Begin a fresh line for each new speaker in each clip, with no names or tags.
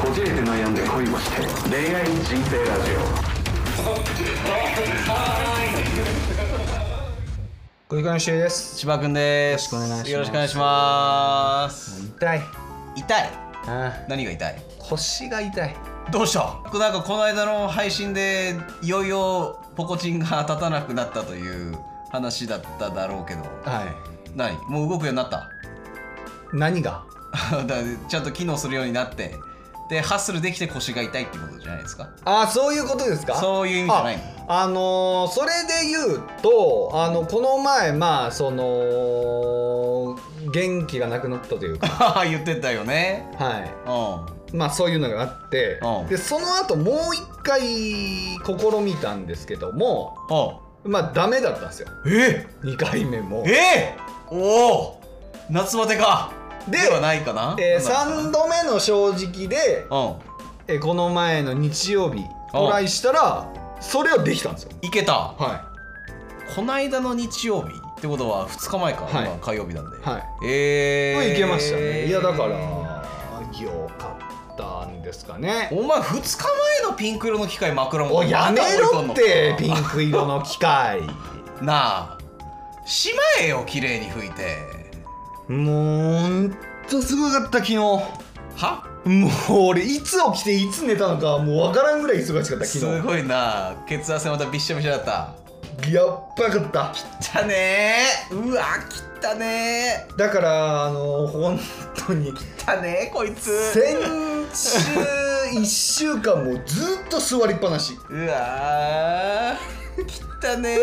こじれて悩んで恋をして恋愛人生ラジ
ご意見集です
千葉くんです。
よろしくお願いします
よろしくお願いします。
痛い
痛い。
あ
何が痛い？
腰が痛い
どうした？僕なんかこの間の配信でいよいよポコチンが立たなくなったという話だっただろうけど、
は
何？もう動くようになった。
い何が
だからちゃんと機能するようになって、でハッスルできて腰が痛いってことじゃないですか？
あそういうことですか
そういう意味じゃないの
ああのーそれで言うとあのこの前まあその元気がなくなったというか
あはは 言ってたよね。
は
うん。
いまあそういうのがあって
うん
でその後もう一回試みたんですけども
お。
まあダメだったんですよ
え
2回目も
え。えー、おお。夏バテか。
で
ではないかな？
えー、
なん
3
だ
度目の正直で、
うん。
えーこの前の日曜日トライしたらそれはできたんですよ
いけた。
は
こないだの日曜日ってことは2日前か、
はい
今火曜日なんで、
いはい
え
い
ー、
けましたねいやだからよかったんですかね
お前2日前のピンク色の機械枕元
お
に
やめろ
ま
っ
だ置いと
て
ん
ピ
の
ンク色の機械
かなあしまえよ綺麗に拭いて
もうほんとすごかった昨日も
は
う俺いつ起きていつ寝たのかもうわからんぐらい忙しかった
す
昨
ごいな血圧またびっしょびしょだった
日やっばかった
きたねーうわきたね
だからあの本当に
ーきたねーこいつ
先週1週間もうずっと座りっぱなし
うわーきたね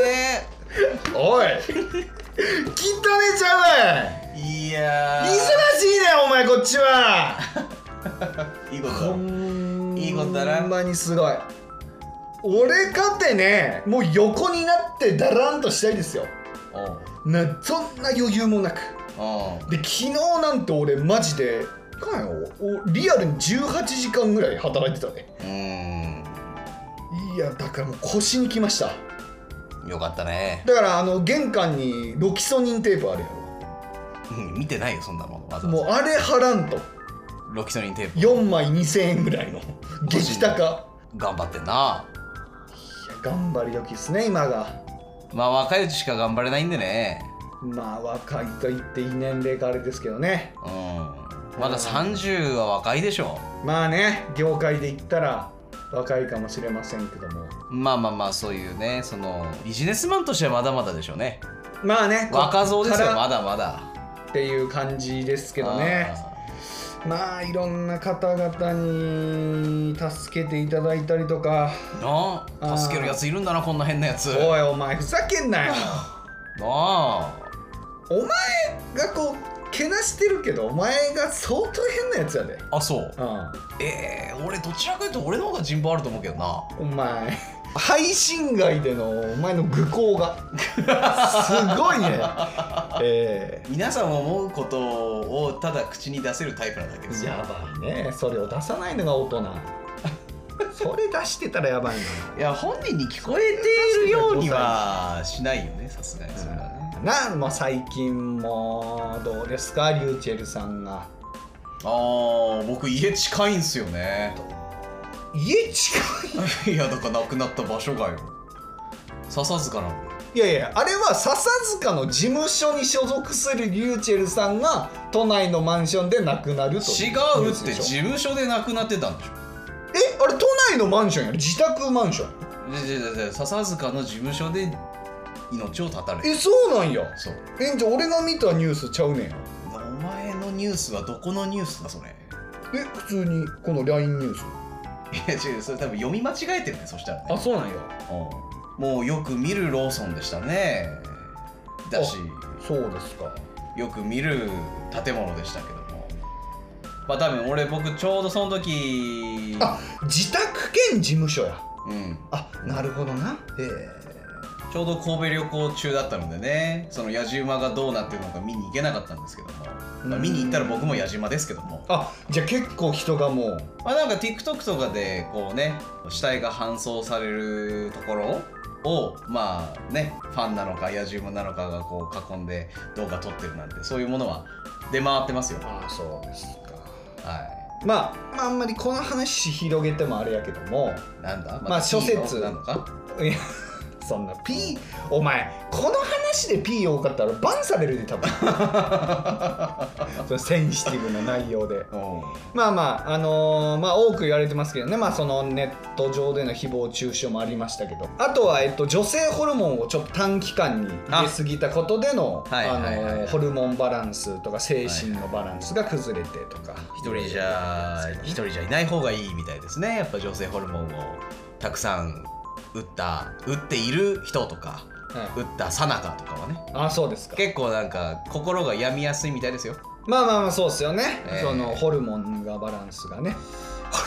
おい汚ねじゃない
ーいや
忙
ー
しいねお前こっちはい
いことだ
ほん
いいことだな
ほんまにすごい俺かてねもう横になってだらんとしたいですよ
おう
なそんな余裕もなく
おう
で昨日なんて俺マジでかんよおリアルに18時間ぐらい働いてたね
うーん
いやだからもう腰にきました
よかったね。
だからあの玄関にロキソニンテープあるや
うん見てないよ、そんなもの。わざ
ろ
わ
もう
ざ
あれ貼らんと
ロキソニンテープ。
4枚2000円ぐらいの激高いや
頑張ってんな。
頑張り時ですね今が
まあ、若いうちしか頑張れないんでね。
まあ若いと言っていい年齢があれですけどね
うん。まだ30は若いでしょ。
まあね業界で言ったら若いかもしれませんけども
まあまあまあ、そういうね、その、ビジネスマンとしてはまだまだでしょうね。
まあね
若造ですよ、
こっか
ま
ら
だまだ。
っていう感じですけどねまあいろんな方々に助けていただいたりとか
あー。な
あー
あ、助けるやついるんだな、こんな変なやつ。な
おいお前ふざけ んなよ
あ。
お前がこうけなしてるけどお前が相当変なやつやで
あ、そう。
う
えー、俺、どちらかというと俺の方が人望あると思うけどな。
んお前配信外でのお前の愚行がすごいねえ
皆さん思うことをただ口に出せるタイプなだけ
え
ですよ
やばいねそれを出さないのが大人それ出してたらやばい
いや本人に聞こえているようにはしないよねさすがにそれはね
ななもう最近もどうですかリューチェルさんが
ああ僕家近いんすよね
家近
いやだから亡くなった場所がよ笹塚なんで
いいやいやあれは笹塚の事務所に所属するリューチェルさんが都内のマンションで亡くなるとい
違
ニ
う
ュー
っ
ス
て
でしょ
事務所で亡くなってたんでしょ
えあれ都内のマンションやろ自宅マンション
じゃじゃじゃ笹塚の事務所で命を絶たれ
えそうなんや
そう
えじゃあ俺が見たニュースちゃうねんや
お前のニュースはどこのニュースだそれ
え普通にこの LINE ニュース
いや違うそれ多分読み間違えてるねそしたらね
そうなんや
うんもうよく見るローソンでしたねだし
そうですか
よく見る建物でしたけどもまあ多分俺僕ちょうどその時
あ自宅兼事務所や
うん、
あなるほどなえ
ちょうど神戸旅行中だったのでねその野じ馬がどうなってるのか見に行けなかったんですけども、まあ見に行ったら僕も野じ馬ですけども
あじゃあ結構人がもう
まあなんか TikTok とかでこうね死体が搬送されるところをまあねファンなのか野獣馬なのかがこう囲んで動画撮ってるなんてそういうものは出回ってますよは
あそうですか
い
まあ、まああんまりこの話広げてもあれやけども
なんだ
まあ諸説
P なのか
いやそんな P お前この話で P 多かったらバンされるで多 分そのセンシティブな内容で
うん
まあまああのーまあ多く言われてますけどねまあそのネット上での誹謗中傷もありましたけどあとは、えっと、女性ホルモンをちょっと短期間に入れすぎたことでの
あ
あの
はいはいはいはい
ーホルモンバランスとか精神のバランスが崩れてとか、
一人じゃ一人じゃいない方がいいみたいですねやっぱ女性ホルモンをたくさん打った打っている人とか
はい
打ったさなかとかはね
あそうですか
結構なんか心が病みやすいみたいですよ
まあまあまあそうですよね、
えー
そのホルモンがバランスがね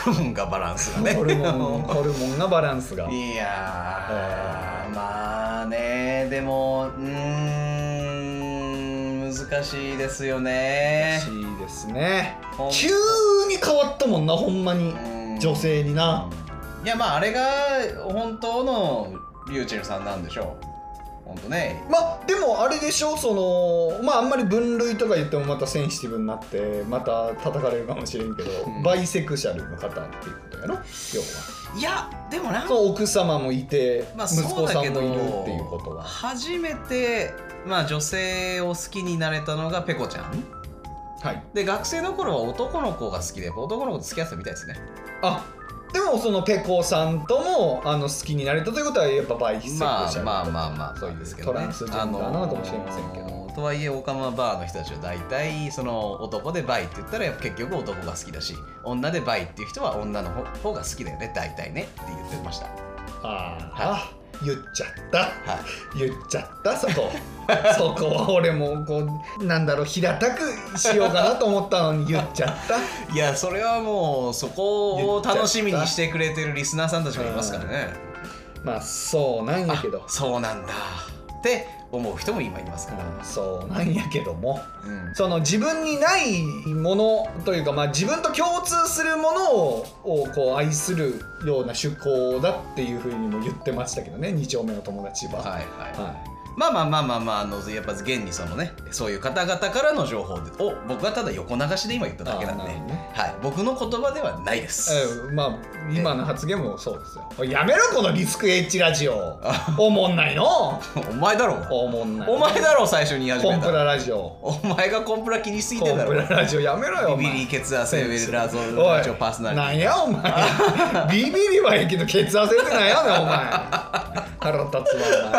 ホルモンがバランスがね
ホルモン ホルモンがバランスが
いやーまあねでもうーん難しいですよ
ら
ね
しいですね
ほん
急に変わったもんなほんまに
うん
女性にない
やまああれが本当のリューチェルさんなんでしょう本当ね
まあでもあれでしょそのまああんまり分類とか言ってもまたセンシティブになってまた叩かれるかもしれんけど、
うん
バイセクシャルの方っていうことやろ要はい
やでもなん
その奥様もいて、
まあ、
息
そう
子さ
だけ
んも
ど
いるっていうことは
初めて、まあ、女性を好きになれたのがペコちゃん
はい
で学生の頃は男の子が好きでやっぱ男の子と付き合ってたみたいですね
あでもそのペコさんともあの好きになれたということはやっぱバイセクシャルと
まあ
か
まあまあまあ
そ
そうう
いう
ですけ
ト
どね
ランスジェンダーなのかもしれませんけど、
あのーとはいえオカマバーの人たちは大体その男でバイって言ったらやっぱ結局男が好きだし女でバイっていう人は女の方が好きだよね大体ねって言ってました
あ
は
あ言っちゃった
はい
言っちゃったそこ そこは俺もこうなんだろう平たくしようかなと思ったのに言っちゃった
いやそれはもうそこを楽しみにしてくれてるリスナーさんたちもいますからね
まあそうなんやけど
あそうなんだって思う人も今いますから、
うんそうなんやけども
うん
その自分にないものというか、まあ、自分と共通するものををこう愛するような趣向だっていうふうにも言ってましたけどね2丁目の友達は。
はいはい、
はい
まあまあまあまあまああのやっぱ現にそのねそういう方々からの情報でを僕はただ横流しで今言っただけなんで、
あーなるほどね
はい、僕の言葉ではないです、
ええまあ今の発言もそうですよ。おいやめろこのリスクエッジラジオ。おもんないの。
お前だろ
おもんない。
お前だろ最初に言い始
コ
め
ン
た
プ
の
ララジオ。
お前がコンプラ気にしすぎて
コ
ん
ン
だ
プ
ろ
ララジオやめろよ。お
ビ
前
ビリ血圧レベルラゾール
おい
ラジオパーソナリテ
な
ィ
んやお前。ビビリはええけど血圧ってなんやねんお前。腹立つわお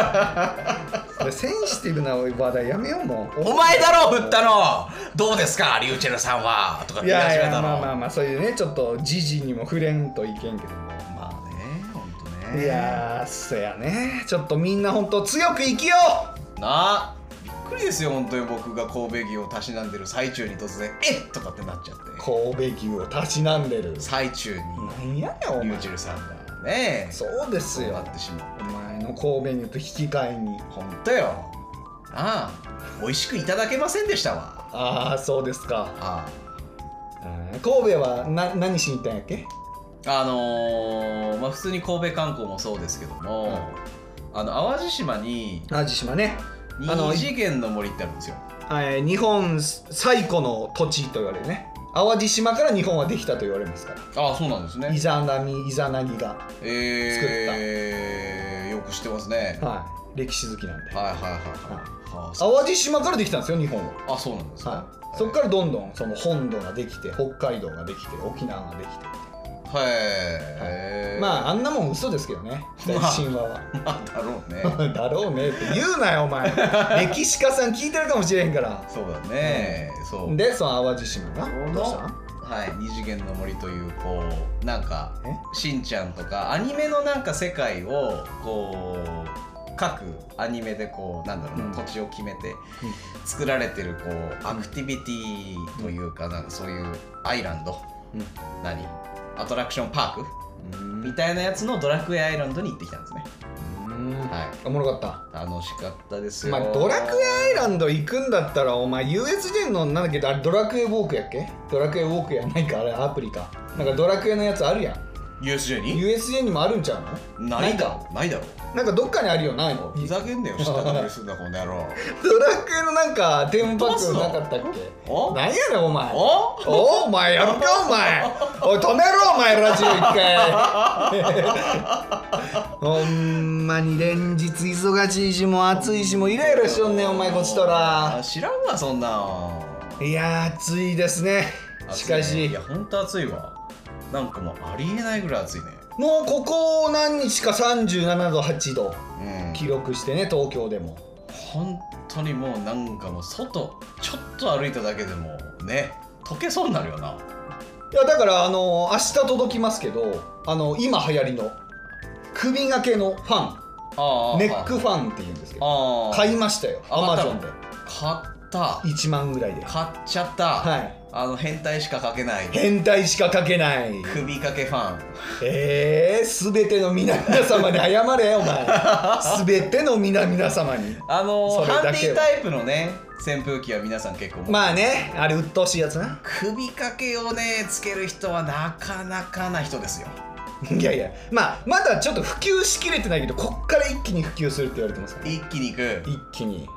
前。それセンシティブな話題やめようもう。
お前だろ振ったのどうですかリューチェルさんはとかっ
い
て言い
や
始
い
め
や
たの
まあまあまあそういうねちょっと時事にも触れんといけんけども。
まあね本当ね
いやーそやねちょっとみんなほんと強く生きよう
なあびっくりですよ本当に僕が神戸牛をたしなんでる最中に突然「えっ!」とかってなっちゃって
神戸牛をたしなんでる
最中に
なんやねんお
リュー
前
チェルさんがねそ
そうです
う
よ
なってしまう
お前の神戸牛と引き換えに
本当よなあ美味しくいただけませんでしたわ
ああそうですか
あ
うん神戸はな何しに行ったんやっけ
ああのーまあ普通に神戸観光もそうですけども、あの淡路島に
淡路島ねあの
二次元の森ってあるんですよ
えー日本最古の土地と言われるね淡路島から日本はできたと言われますか
ああそうなんです
ら
ね
イザナミイザナギが、
えー、よく知ってますね
はい、歴史好きなんで
はいはいはいはい、はあそう
淡路島からできたんですよ日本は、
あそうなんですね
はい、そこからどんどんその本土ができて北海道ができて沖縄ができて
はい
ま
あ
ああんなもん嘘ですけどね
まあ
神話は。
ま あだろうね
だろうねって言うなよお 前歴史家さん聞いてるかもしれへんから
そうだね、そう
でその淡路島が
この
どうしたん
はい二次元の森というこうなんか
え
しんちゃんとかアニメのなんか世界をこう各アニメでこうなんだろうな、
うん
土地を決めて作られてるこうアクティビティというかなんかそういうアイランド何アトラクションパーク
うん
みたいなやつのドラクエアイランドに行ってきたんですねはい
おもろかっ
楽しかったです
た、
よ、
まあ、ドラクエアイランド行くんだったらお前 USJ のなんだっけあれドラクエウォークやっけドラクエウォークやないかあれアプリかなんかドラクエのやつあるやん
USJ に
USJ にもあるんちゃうの
ないだろないだろ
ないかなんかどっかにあるよないの
ふざけんなよ知ったかぶりすんなこの野 郎
ドラクエのなんかテーマパックなかったっけ
お
なんやねんお前
お
おおお前やるかお前おい止めろお前ラジオ一回 ほんまに連日忙しいしもう暑いしもうイライラしよんねんお前こっちと
あ
ら
知らんわそんなん
いやー暑いですねし
暑い
か
ね
し
いやほんと暑いわなんかもうありえないぐらい暑いね
もうここ何日か37度8度
うん
記録してね東京でも
本当にもうなんかもう外ちょっと歩いただけでもね溶けそうになるよない
やだからあの明日届きますけどあの今流行りの首掛けのファ
あ
ンネックファンっていうんですけど
ああ
買いましたよアマゾンで
買った
1万ぐらいで
買っちゃった、
はい
あの変態しか書けない
変態しか書けない
首掛けファン
ええー、全ての皆々様に謝れお前全ての皆々様に
あの
それだけ
ハ
は
ンディタイプのね扇風機は皆さん結構持って
まあねあれ鬱陶しいやつな
首掛けをねつける人はなかなかな人ですよ
いやいやまあまだちょっと普及しきれてないけどこっから一気に普及するって言われてますから、ね、
一気にいく
一気に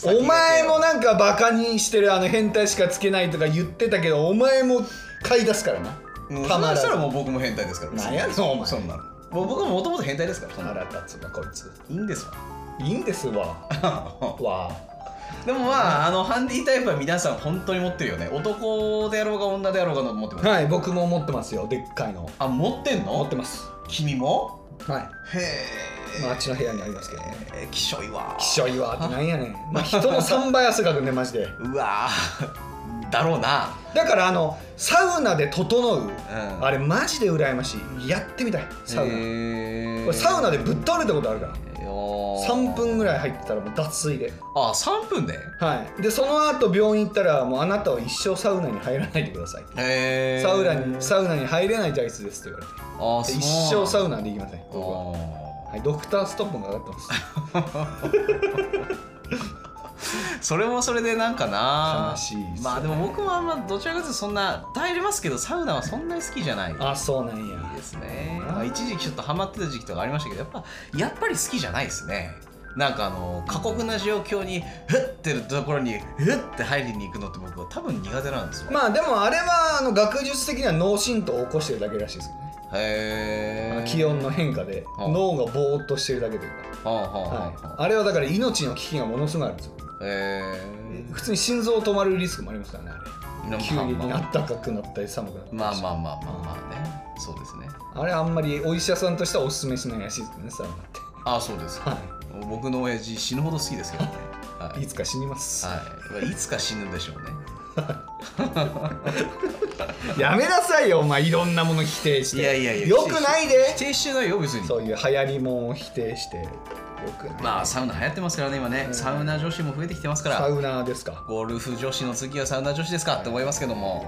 先駆
お
け
前もなんかバカにしてるあの変態しかつけないとか言ってたけどお前も買い出すからな
うん
た
そん
ま
な
ら
し
ず
たらもう僕も変態ですから
なんやねんお前
そんなのもう僕ももともと変態ですからそんなの
腹立つわこいつ
いいんですわ
いいんです わわあ
でもまああのハンディタイプは皆さん本当に持ってるよね男であろうが女であろうが持ってます
はい僕も持ってますよでっかいの
あ持ってんの
持ってます
君も
はい
へ
まあ、あっちの部屋にありますけどね。
えきしょいわ
きしょいわってなんやねん。まあ、人の3倍汗かくね、マジで。
うわーだろうな
だから、あの、サウナで整う。
うん
あれ、マジで羨ましい。やってみたい、サウナ。これサウナでぶっ倒れたことあるから。3
3
分ぐ
い
らい入ってたらもう脱水で。
あ三3分で
はい。で、その後病院行ったら、もうあなたは一生サウナに入らないでくださいって。
へ
サウナにサウナに入れない体質ですって言われ
あ
て。で一生サ
ウ
ウナで行きません、僕は。はい、ドクターストップもかかって ます。
それもそれでなんかな
悲しいっすね
まあでも僕もあんまどちらかというとそんな耐えれますけどサウナはそんなに好きじゃない
あ、そうなん
いい
や。
ですね、まあ、一時期ちょっとハマってた時期とかありましたけどやっぱやっぱり好きじゃないですねなんかあの過酷な状況にふってるところにふって入りに行くのって僕は多分苦手なんですよ、
まあ、でもあれは、あの、学術的には脳震盪を起こしてるだけらしいですけどね。あ
へ
の
え
気温の変化で
はあ
脳がぼーっとしてるだけという
はあはあ
か、
は
はい
あ、
あれはだから命の危機がものすごいあるんですよ
え
普通に心臓止まるリスクもありますからねあれ急激に暖
ま
かくなったり寒くなったり
あまあまあまあまあねそうですね
あれあんまりお医者さんとしてはおすすめしないらしいですねサウナって
ああそうです
は
僕の親父死ぬほど好きですけどねはい
いいつか死にます、
はい、いつか死ぬでしょうね
やめなさいよお前いろんなもの否定し
い
て
やいやいや
よくないで
否定してないよ別に
そういう流行りもんを否定してよくない、
まあサウナ流行ってますからね今ね、
うん
サウナ女子も増えてきてますか
サ
ら
ウナーですか
ゴルフ女子の次はサウナ女子ですかって思いますけども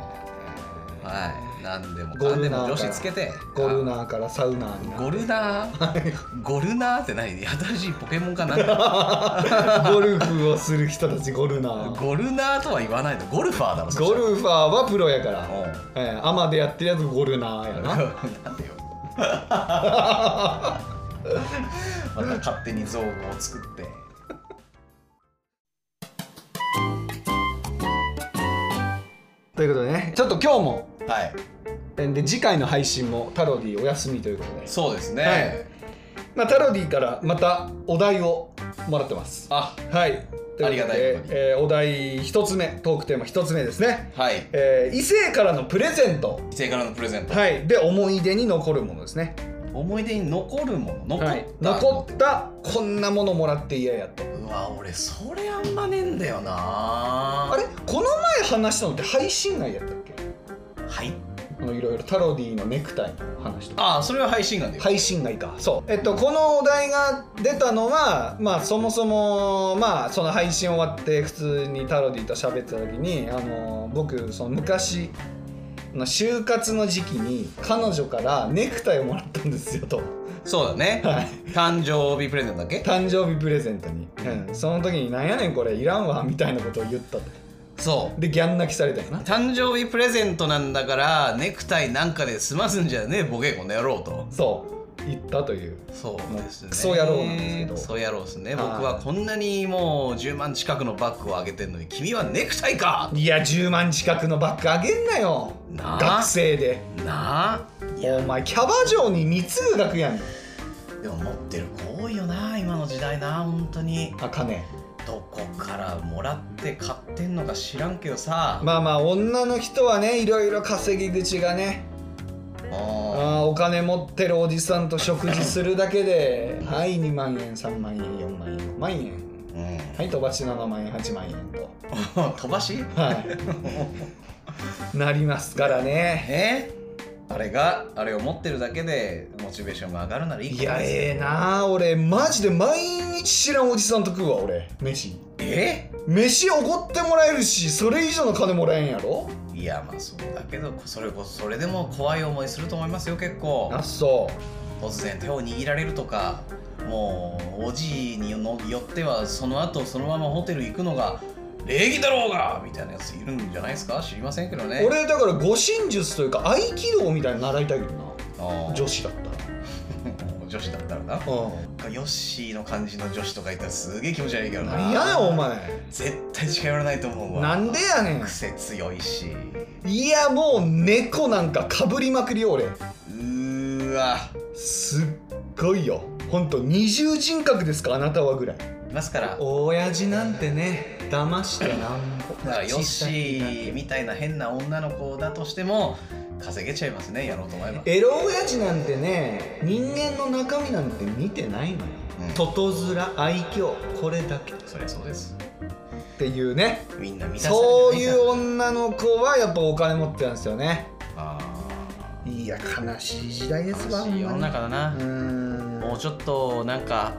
はい何でも
ゴ
かん
ル
で
ナー
も
か
女子つけて
ゴルナーからサウナーにな
あ
って
ゴルナーゴルナーって何新しいポケモンか な
ゴルフをする人たちゴルナ ー
ゴルナーとは言わないのゴルファーだろそした
ゴ
ら
ルファーはプロやか
お
ら、
う
ええアマでやってるやつゴルナーや
な
な
んでよまた勝手に造語を作って
ということでねちょっと今日も
はい
えで次回の配信もタロディお休みということで、
そうですね、
はいまあ、タロディからまたお題をもらってます
あ
はいと
あ
い
り
う
が
こ
た
と
い
で
ことに
えーお題1つ目トークテーマ1つ目ですね、
はい
えー異性からのプレゼント
異性からのプレゼント
はいで思い出に残るものですね、
思い出に残るもの残った、
はい、残ったこんなものもらって嫌やと
うわ俺それあんまねえんだよな
あれこの前話したのって配信内やったっけ
はい
あのいろいろタロディのネクタイの話とか
ああそれは配信眼だよ、
配信外かそうえっとこのお題が出たのはまあそもそもまあその配信終わって普通にタロディと喋ってた時にあの僕その昔の就活の時期に彼女からネクタイをもらったんですよと、
そうだね
はい、
誕生日プレゼントだっけ
誕生日プレゼントに、うん、その時に「なんやねんこれいらんわ」みたいなことを言ったと
そう
でギャン泣きされたよな
誕生日プレゼントなんだからネクタイなんかで済ますんじゃねえボケこの野郎と
そう言ったという
そうですね
クソ野郎なんですけど
クソ野郎ですね
はい
僕はこんなにもう10万近くのバッグをあげてんのに君はネクタイか
いや10万近くのバッグあげんなよ
なあ
学生で
なあいや
お前キャバ嬢に貢ぐ額やん
でも持ってる子多いよな今の時代な本当に
あ金
どこからもらって買ってんのか知らんけどさ、
まあまあ女の人はねいろいろ稼ぎ口がね
うん
あーお金持ってるおじさんと食事するだけ ではい2万円3万円4万円5万円
うん
はい飛ばし7万円8万円と
飛ばし
はいなりますからね
えあれがあれを持ってるだけでモチベーションが上がるならいい
い
こと
や
ですよ
ええなあ俺マジで毎日知らんおじさんと食うわ俺飯
え
飯おごってもらえるしそれ以上の金もらえんやろ
いやまあそうだけどそれこそそれでも怖い思いすると思いますよ結構
あそう
突然手を握られるとかもうおじいにのよってはその後そのままホテル行くのが礼儀だろうがみたいなやついるんじゃないですか知りませんけどね
俺だから護身術というか合気道みたいに習いたいけどな
あー
女子だったら
女子だったらな
う
ヨッシーの感じの女子とかいたらすげえ気持ち悪いけど
ん
な
なんやねんお前
絶対近寄らないと思うわ
なんでやねん
癖強いし
いやもう猫なんかかぶりまくりよ俺
うーわ
すっごいよほんと二重人格ですかあなたはぐらい
いますからだ
親父なんてね騙してなんぼ
からヨッシーみたいな変な女の子だとしても稼げちゃいますねやろうと思えば
エロ親父なんてね人間の中身なんて見てないのよ
うん
外面愛嬌これだけっ
そりゃそうです
ていうね
みんな満たされて
そうい
な
う
い
女の子はやっぱお金持ってたんですよね
からあ
いや悲しい時代で
ー
すわ
楽しい世の中だな
ほんまにうーん
もうちょっとなんか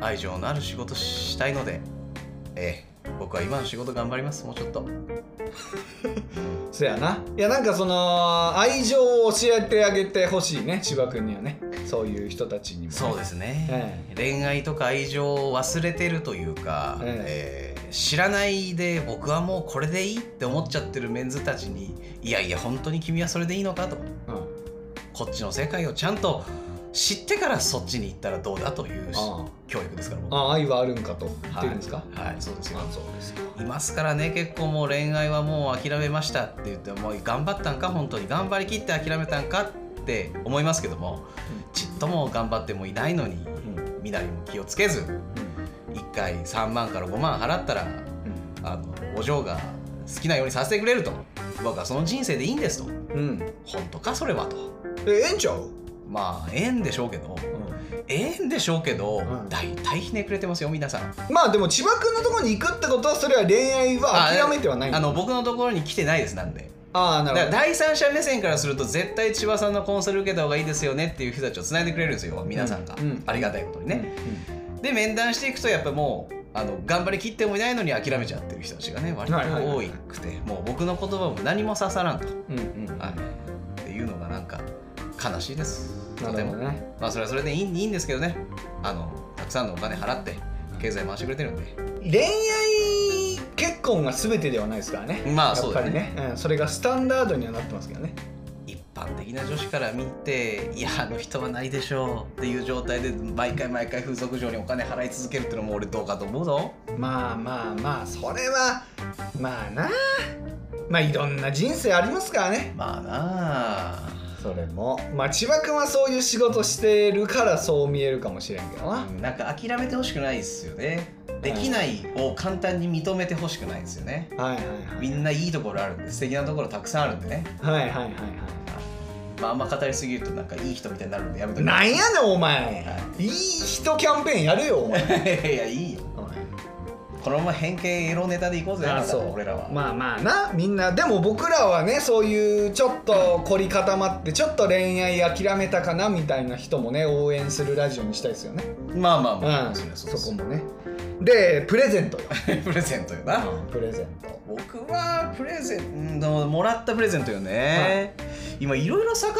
愛情のある仕事したいのでええ僕は今の仕事頑張りますもうちょっと
そやないやなんかその愛情を教えてあげてほしいね千葉君にはねそういう人たちにも、ね、
そうですね、
え
恋愛とか愛情を忘れてるというか、えー知らないで僕はもうこれでいいって思っちゃってるメンズたちにいやいや本当に君はそれでいいのかと
うん、
こっちの世界をちゃんと知ってからそっちに行ったらどうだというし
ああ
教育ですから僕
あ愛はあるんかと言ってるんですか、
はい、はいそうですよ
あそうですか
いますからね結構もう恋愛はもう諦めましたって言ってもう頑張ったんか本当に頑張りきって諦めたんかって思いますけども、
う
ちっとも頑張ってもいないのに、身なりも気をつけず1回3万から5万払ったらあのお嬢が好きなようにさせてくれると僕はその人生でいいんですと
うん、うん
本当かそれはと
えええんちゃう、
まあええんでしょうけどええんでしょうけど、
うん
大体ひねくれてますよ皆さん
まあでも千葉君のところに行くってことはそれは恋愛は諦めてはないんだ
あの僕のところに来てないですなんで
あ
だ
あな
から
るほ
第三者目線からすると絶対千葉さんのコンサル受けた方がいいですよねっていう人たちをつないでくれるんですよ皆さんが、
うんうん
ありがたいことに
ど
ね、、で面談していくとやっぱもうあの頑張りきってもいないのに諦めちゃってる人たちがね割と
はいはいは
多
い
くてもう僕の言葉も何も刺さらんと、
うんうんうん
はいっていうのがなんか悲しいですと
な
て
るほ
も
どね
まあそれはそれでいいいいんですけどねあのたくさんのお金払って経済回してくれてるんで
恋愛結婚が全てではないですからね
まあ
や
そ
っ
う
ぱ
だ
り
ね
ねうん、それがスタンダードにはなってますけどね
一般的な女子から見ていやあの人はないでしょうっていう状態で毎回毎回風俗嬢にお金払い続けるってのも俺どうかと思うぞ
まあまあまあそれはまあなまあいろんな人生ありますからね
まあなあ
それもまあ千葉君はそういう仕事してるからそう見えるかもしれんけどな
なんか諦めてほしくないですよねできないを簡単に認めてほしくないですよね
はいはいはい
みんないいところあるんで素敵なところたくさんあるんでね、
はいはいはいは
まあ、あんま語りすぎるとなんかいい人みたいになるんでやめと
い
き
なん
い
やねんお前いい人キャンペーンやるよ お前
やいいよこのまま偏見エロネタでいこうぜ
あ
あ
あ
なた
そ
と
う
俺らは、
まあまあなみんなでも僕らはねそういうちょっと凝り固まってちょっと恋愛諦めたかなみたいな人もね応援するラジオにしたいですよね
まあまあまあ、
うん
りゃう
そ
で
こ
す
もねでプレ ゼントよ
プレゼントよな、
プレゼント
僕はプレゼントもらったプレゼントよね、今いろいろ遡っ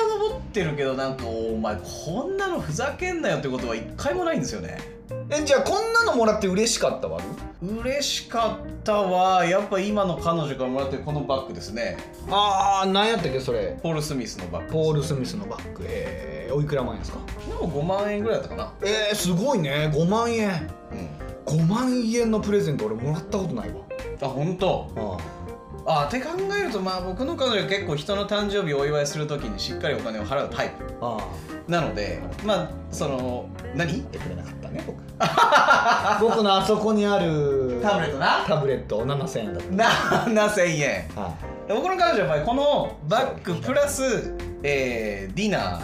てるけどなんかお前こんなのふざけんなよってことは一回もないんですよね
えじゃあこんなのもらって嬉しかったわ
嬉しかったはやっぱ今の彼女がもらってるこのバッグですね
あー何やったっけそれ
ポール・スミスのバッグ
ポール・スミスのバッグえー、おいくら万円ですか
でも5万円ぐらいだったかな
えー、すごいね5万円
うん
5万円のプレゼント俺もらったことないわ
あ本当。
あ
あって考えるとまあ僕の彼女は結構人の誕生日をお祝いするときにしっかりお金を払うタイプ
あ
なのでまあその何
てくれなかった ね僕僕のあそこにある
タブレットな
タブレット7000円だっ
な7000円
た、はい
僕の彼女はやっぱりこのバッグプラス、えーディナ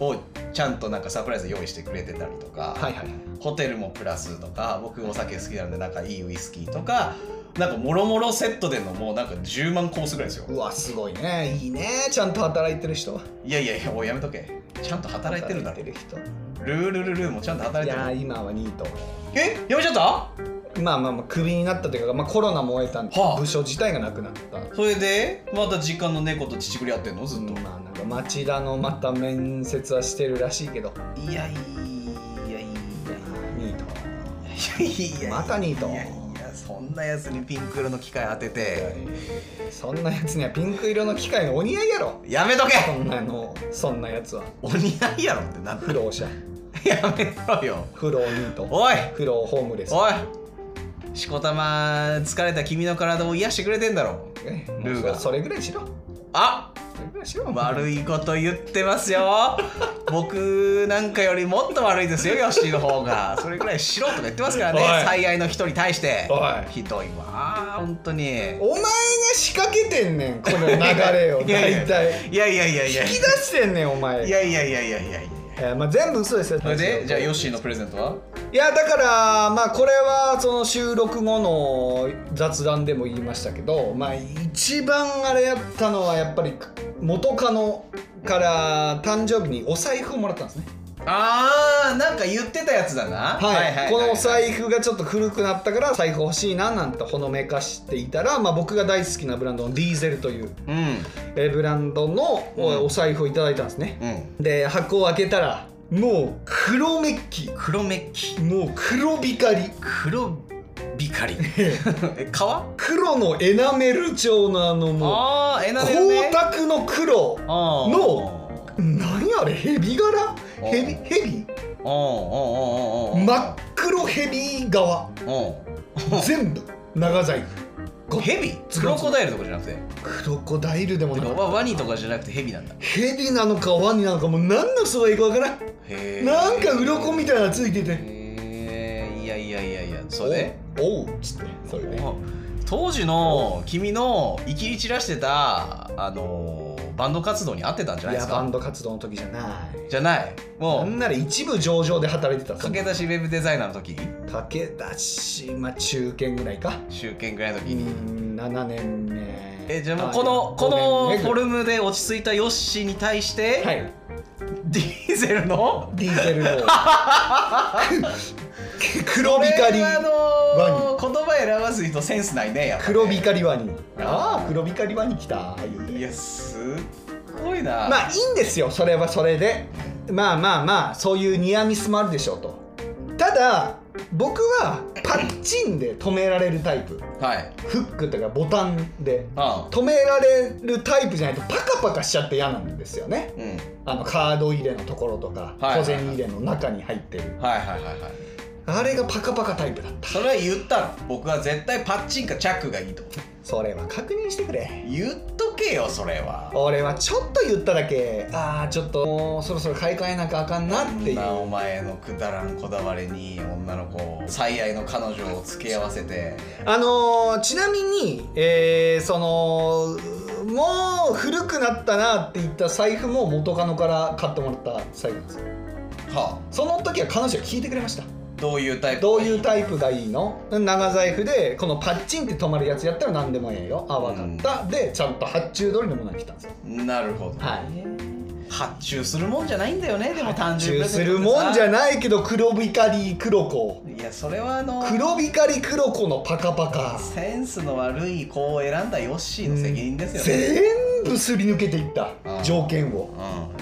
ーをちゃんとなんかサプライズで用意してくれてたりとか、
はいはい
ホテルもプラスとか僕お酒好きなのでなんかいいウイスキーとかなんかもろもろセットでのもうなんか10万コースぐらいですよ
うわすごいねいいねちゃんと働いてる人
いやいやいやもうやめとけちゃんと働いてるだろ
働いてる人
ルールルルーもちゃんと働い
い
てる
やー今はニート
えやめちゃった
まあまあまあクビになったというか、まあ、コロナも終えたんで、
はあ
部署自体がなくなった
それでまた実家の猫と乳繰り合ってんのずっと、
まあなんか町田のまた面接はしてるらしいけど
いやいやいやい
ニート
やいやいや
またニート
いやいやそんなやつにピンク色の機械当てて、
そんなやつにはピンク色の機械のお似合いやろ
やめとけ
そんなのそんなやつは
お似合いやろってなって
不老者
やめろよ
不老ニート
おい
不老ホームレス
おいしこたま疲れた君の体を癒してくれてんだろ
ねもう
ルーが
それぐらいしろ
あ
それぐらいしろ
悪いこと言ってますよ僕なんかよりもっと悪いですよヨッシーの方がそれぐらいしろとか言ってますからね
おい
最愛の人に対して
おい
ひどいわ本当に
お前が仕掛けてんねんこの流れを 大
いやいや
体
いやいやいやいや
引き出してんねんお前
いやいやいやいやいやいや
えーまあ、全部嘘ですよ
それでじゃあヨッシーのプレゼントはい
やだからまあこれはその収録後の雑談でも言いましたけどまあ一番あれやったのはやっぱり元カノから誕生日にお財布をもらったんですね、
あーなんか言ってたやつだな
このお財布がちょっと古くなったから財布欲しいななんてほのめかしていたら、まあ、僕が大好きなブランドのディーゼルという
うん
えーブランドの
うん
おお財布をいただいたんですね、
うん
で箱を開けたらもう黒メッキ
黒メッキ
もう黒光り
黒光 え皮
黒のエナメル調のあのも
ああえ
う
な
光沢の黒の
の
何あれヘビ柄
お
ヘビヘビ
おおおお
真っ黒ヘビ側全部長財布
ヘビクロコダイルとかじゃなくて
クロコダイルでも
て
な
か
かった
ワワニとかじゃなくてヘビなんだ
ヘビなのかワニなのかもう何の相場いいかわからん
へー
なんか鱗みたいなのついてて
へーいやいやいやいやそれで
おうおうっつってそれで
お当時の君の生きり散らしてたあのーバンド活動に合ってたんじゃない
い
で
や
す
バン
か
ド活動の時じゃない
じゃない
な
も
ん
う
なら一部上場で働いてたその
駆け出しウェブデザイナーの時
駆け出しまあ中堅ぐらいか
中堅ぐらいの時に
7年目
えじゃあもうこのこのフォルムで落ち着いたヨッシーに対して、
はい
ディーゼルの
ディーゼルの 黒光り
これはあのー言葉選ばずにとセンスないねやっぱね
黒光りワニ
あ
ああ黒光りワニ来た言うて
いやすっごいな、
まあいいんですよそれはそれでまあまあまあそういうニアミスもあるでしょうとただ僕はパッチンで止められるタイプ
はい
フックとかボタンで
あ
止められるタイプじゃないとパカパカしちゃって嫌なんですよね
うん
あのカード入れのところとか
はいはいはい
小銭入れの中に入ってる
はいはいはいはい
あれがパカパカタイプだった
それは言ったの僕は絶対パッチンかチャックがいいと
それは確認してくれ
言っとけよそれは
俺はちょっと言っただけああちょっともうそろそろ買い替えなきゃあかんなってい
そん
う
なお前のくだらんこだわりに女の子を最愛の彼女を付き合わせて
あのーちなみに、えーそのうもう古くなったなって言った財布も元カノから買ってもらった財布なんですよ
は
その時は彼女が聞いてくれました
あどういうタイプ
どういうタイプがいいの長財布でこのパッチンって止まるやつやったら何でもええよあ分かった、でちゃんと発注通りのものが来たんですよ
なるほど、
はい
発注するもんじゃないんだよねでも単
発
純
注するもんじゃ
な
ないけど黒光り黒子
いいやそれはあの
黒光り黒子のパカパカ
センスの悪い子を選んだヨッシーの責任ですよね、
全部すり抜けていった
あー
条件を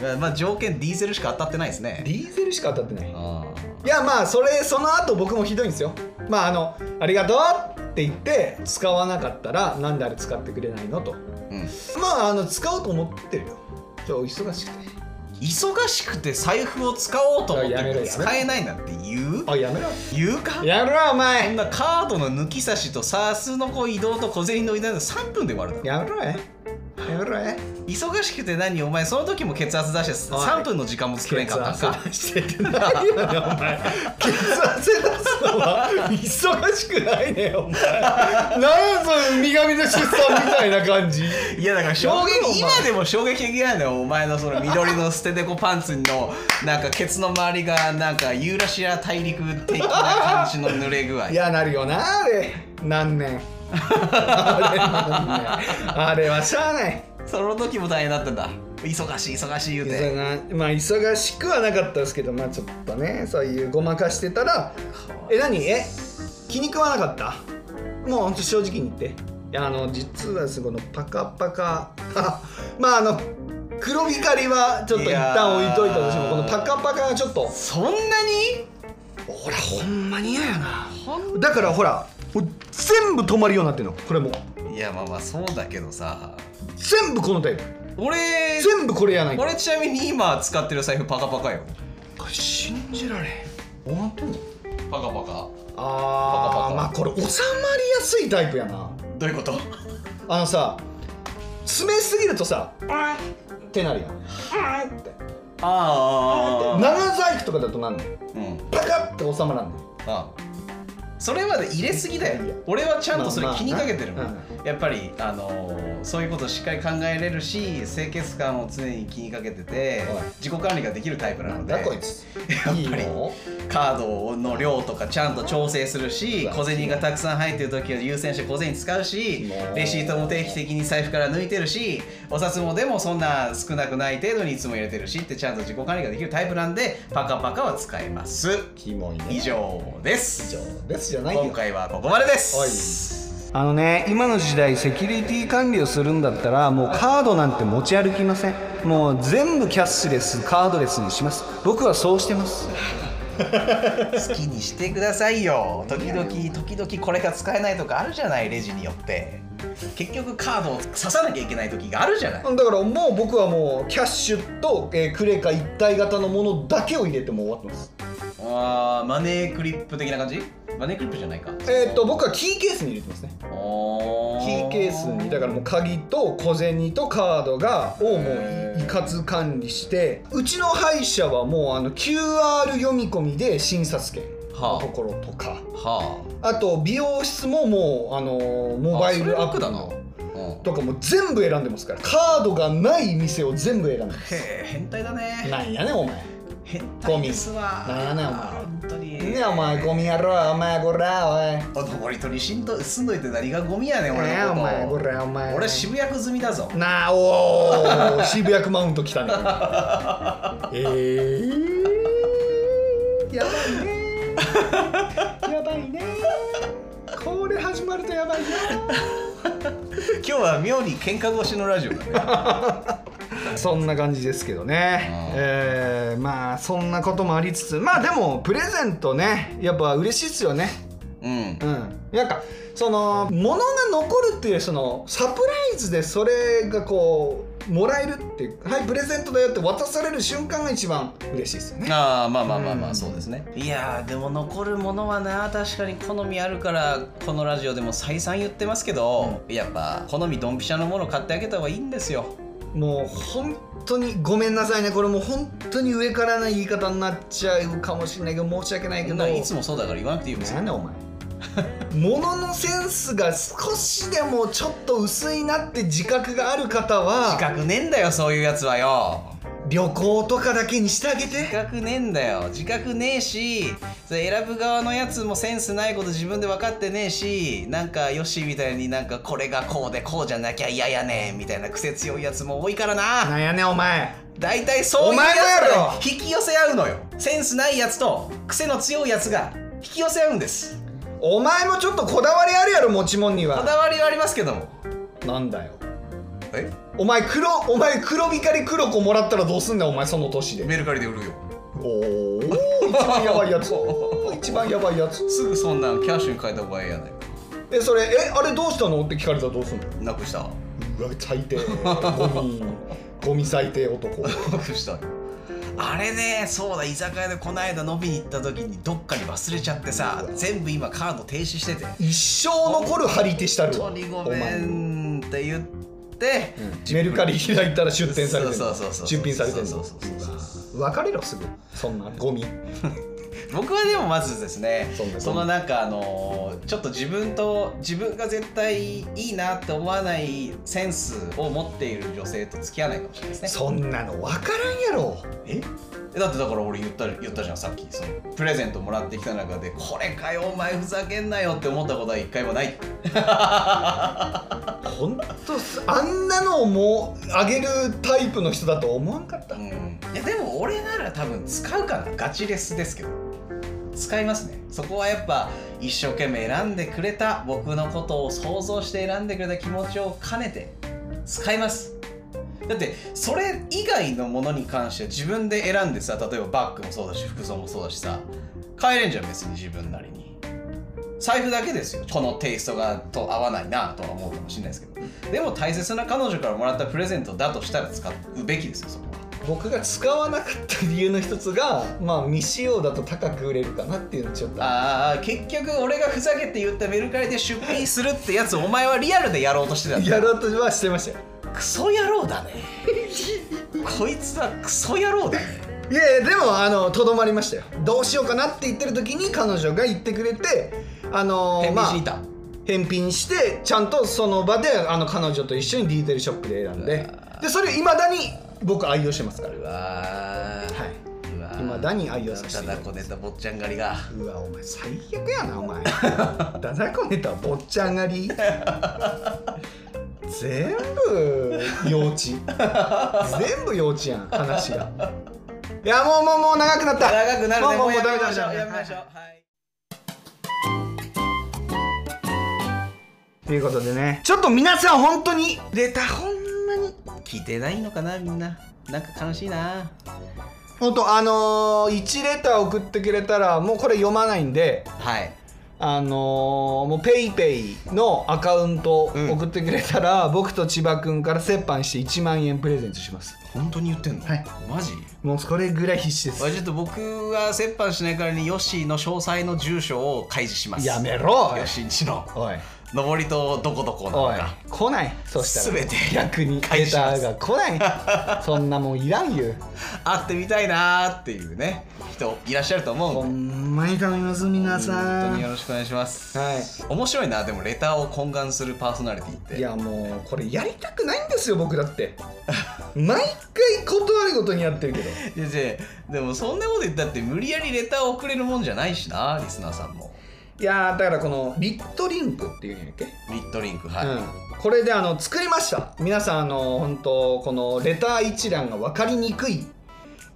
うんまあ条件ディーゼルしか当たってないですね
ディーゼルしか当たってない
あ
いやまあそれその後僕もひどいんですよまああの「ありがとう」って言って使わなかったらなんであれ使ってくれないのと
ーうん
まああの使おうと思ってるよちょっと忙しくて
忙しくて財布を使おうと思って
やめろやめろ
使えないなんて言う
あやめろ
言うか
やめろお
こん
前
なカードの抜き差しとサースのこう移動と小銭の移動で3分で終わるだろ
やめろえやめろえ
忙しくて何お前その時も血圧出して
おい
3分の時間も作れんかったんか
出してってないよねお前血圧出すのは忙しくないねお前何やその苦みの出産みたいな感じ
いやだから衝
やめろお
撃
前
今でも衝撃的なんだよお前のその緑の捨ててこパンツのなんかケツの周りがなんかユーラシア大陸的な感じの濡れ具合
嫌なるよなあれ何 年あれ何年あれはしゃあない
その時も大変だったんだ忙しい忙しい言うて
忙がまあ忙しくはなかったですけどまあちょっとねそういうごまかしてたらえ何え気に食わなかったもうほんと正直に言っていやあの実はそこのパカパカ あまああの黒光りはちょっと
い
一
やー
旦置いといたとしてもこのパカパカがちょっと
そんなに
ほらほんまに嫌やな
ほん
だからほらもう全部止まるようになってんのこれもう
いやまあまあそうだけどさ
全部このタイプ
俺
全部これやないか
俺ちなみに今使ってる財布パカパカよ
信じられん
本当パカパカパカパ
あー
カ
まあこれ収まりやすいタイプやな
どういうこと
あのさ詰めすぎるとさってなるやんって
ああ
長財布とかだとなんねん
うん
パカッて収まらんねん
あそれまで入れすぎだよ俺はちゃんとそれ気にかけてるもん、
まあまあ
やっぱり、あのーそういうことしっかり考えれるし清潔感を常に気にかけてて
おい
自己管理ができるタイプなので
だこいつ
ぱり
いいの
カードの量とかちゃんと調整するし小銭がたくさん入ってる時は優先して小銭使うし
もう
レシートも定期的に財布から抜いてるしお札もでもそんな少なくない程度にいつも入れてるしってちゃんと自己管理ができるタイプなんでパカパカは使います
キモいね
以上です
以上ですじゃないよ
今回はここまでです
あのね今の時代セキュリティ管理をするんだったらもうカードなんて持ち歩きませんもう全部キャッシュレスカードレスにします僕はそうしてます
好きにしてくださいよ時々時々これが使えないとかあるじゃないレジによって結局カードを刺さなきゃいけない時があるじゃない
だからもう僕はもうキャッシュと、えークレカ一体型のものだけを入れてもう終わってます
あーマネークリップ的な感じマネークリップじゃないか
えーっと僕はキーケースに入れてますねキ
ー
ーケースにだからもう鍵と小銭とカードがをも
へ
う
ー
いいかつ管理してうちの歯医者はもうあの QR 読み込みで診察券
は
の
あ
ところとか
は
あと美容室ももうあのー
あ
モバイルアップ
だな、うん、
とかも全部選んでますからカードがない店を全部選んでま
へ
す
え変態だね
なんやねんお前
変態ですわ
ゴミなんやねんお前
本当に
ねえお前ゴミ野郎お前こらおい
おのぼりとにしんど住んどいて何がゴミやねん俺
ねえ
のこ
お
と、
前こらお前
俺渋谷区済みだ ぞ
なあおー渋谷区マウント来たねえー、 やばいねやばいねこれ始まるとやばいよ
今日は妙に喧嘩越しのラジオだね
そんな感じですけどね、
うん
えーまあそんなこともありつつまあでもプレゼントねやっぱ嬉しいっすよね
うん
うんなんかその物が残るっていうそのサプライズでそれがこうもらえるっていうはいプレゼントだよって渡される瞬間が一番嬉しいですよね
ああまあまあまあま
う
あ
ん
そうですね、いやーでも残るものはな確かに好みあるからこのラジオでも再三言ってますけど、やっぱ好みドンピシャのもの買ってあげた方がいいんですよ
もう本当にごめんなさいねこれもう本当に上からな言い方になっちゃうかもしれないけど申し訳ないけど
いつもそうだから言わなくていいですよ
なんだお前 物のセンスが少しでもちょっと薄いなって自覚がある
自
方は
覚ねえんだよそういうやつはよ
旅行とかだけにしてあげ
自
て
覚ねえんだよ自覚ねえしそれ選ぶ側のやつもセンスないこと自分で分かってねえしなんかヨッシーみたいになんかこれがこうでこうじゃなきゃ嫌やねんみたいな癖強いやつも多いからな
なんやねんお前
大体そういう
お前のやろ
やつが引き寄せ合うのよセンスないやつと癖の強いやつが引き寄せ合うんです
お前もちょっとこだわりあるやろ持ち物に
こ
は
だわりはありますけども
なんだよ
え
お前黒お前黒光り黒子もらったらどうすんねんお前その年で
メルカリで売るよ
おおー一番やばいや つ一番やばいやつ
すぐそんなんキャッシュに変えた場合やないか
えそれえあれどうしたのって聞かれたらどうすんの
なくした
うわ最低ゴ ミゴミ最低男
なくしたあれねそうだ居酒屋でこの間飲みに行った時にどっかに忘れちゃってさ全部今カード停止してて
一生残る張り手した
「
るわ
本当にごめん」って言って、
メルカリ開いたら出店されてる
そうそうそうそう
出品されてる
そうそうそうそう
別れろすぐそんなゴミ
僕はでもまずですね
そんな
そのなんかあのーちょっと自分と自分が絶対いいなって思わないセンスを持っている女性と付き合わないかもしれないですね
そんなの分からんやろ
えだってだから俺言った言ったじゃんさっきそのプレゼントもらってきた中でこれかよお前ふざけんなよって思ったことは一回もない
ほんとあんなのをもうあげるタイプの人だと思わんかった
うんいやでも俺なら多分使うかなガチレスですけど使いますねそこはやっぱ一生懸命選んでくれた僕のことを想像して選んでくれた気持ちを兼ねて使いますだってそれ以外のものに関しては自分で選んでさ例えばバッグもそうだし服装もそうだしさ変えれんじゃん別に自分なりに財布だけですよこのテイストがと合わないなとは思うかもしれないですけどでも大切な彼女からもらったプレゼントだとしたら使うべきですよそこは
僕が使わなかった理由の一つがまあ未使用だと高く売れるかなっていうのちょっとあ
ああ結局俺がふざけて言ったメルカリで出品するってやつお前はリアルでやろうとしてたんだ
やろうとはしてましたよ
クソ野郎 だねこいつはクソ野郎だね
いやいやでもあのとどまりましたよどうしようかなって言ってる時に彼女が言ってくれてあの
返
ま
品
あ
しに行った、
返品してちゃんとその場であの彼女と一緒にディーテールショップで選んででそれいまだに僕愛用してますから
うわー
はいう
わ
未だに愛用させてい
ただ
ただいて
こねた坊ちゃん狩りが
うわお前最悪やなお 前ダダこネタ坊ちゃん狩り全部幼稚全部幼稚やん話がいやもうもうもう長くなった
長くなるね
もうもうもう
や
ダメ
めま
だ
しょうやめ
ダメ
ま
だ
しょうはい
ということでねちょっと皆さん本当にレターほんまに
聞いてないのかなみんななんか悲しいな
本当あのー、1レター送ってくれたらもうこれ読まないんで
はい
あのー、もうペイペイのアカウント
うん
送ってくれたら、僕と千葉君から折半して1万円プレゼントします
本当に言ってんの
はい
マジ
もうこれぐらい必死で
俺
す
ちょっと僕は折半しないからにヨッシーの詳細の住所を開示します
やめろおい
ヨッシーんちの
おい
上りとどこどこなの
おい
か
来ないそしたら
全て
逆にレタ
返します
ーが来ないそんなもんいらんよ
会ってみたいなーっていうね人いらっしゃると思
ほ
うんで
んまに頼みます皆
本
さ
当
ん
によろしくお願いします、
はい
面白いなでもレターを懇願するパーソナリティって
いやもうこれやりたくないんですよ僕だって 毎回断るごとにやってるけど
いやいやでもそんなこと言ったって無理やりレターを送れるもんじゃないしなリスナーさんも
いやーだからこのリットリンクっていうんやっけ、
ミッドリンクはい、
うん、これであの作りました皆さんあの本当このレター一覧が分かりにくい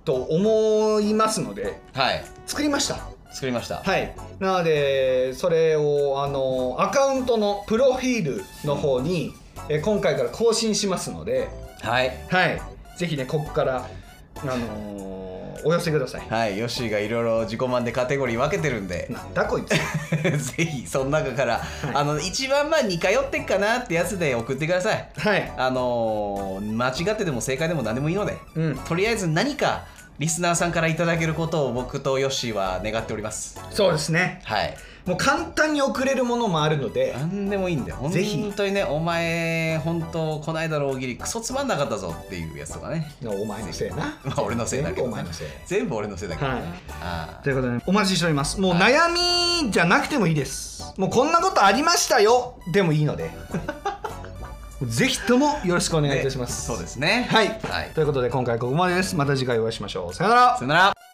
と思いますので
はい
作りました
作りました、
はいなのでそれをあのアカウントのプロフィールの方に、え今回から更新しますので
はい
はいぜひねここからあのーお寄せください
はい、ヨッシーがいろいろ自己満でカテゴリー分けてるんで、
なんだこいつ
ぜひその中から、あの一番まあ似通ってっかなってやつで送ってください。
はい
あのー間違ってでも正解でも何でもいいので、
うん
とりあえず何かリスナーさんからいただけることを僕とヨッシーは願っております。
そうですね
はい、
もう簡単に送れるものもあるので
何でもいいんで、本
ぜひ
当にね、お前、本当、この間の大喜利、クソつまんなかったぞっていうやつとかね、
お前のせいな
まあ、俺のせいだけど、
全部お前のせい
全部俺のせいだけど、
はい
あ
ということでお待ちしておりますもう
はい
悩みじゃなくてもいいですもうこんなことありましたよでもいいのでぜひともよろしく
ー
お願いいたします、
そうですね。
はい、
はい
ということで今回ここまでですまた次回お会いしましょうさよなら
さよなら。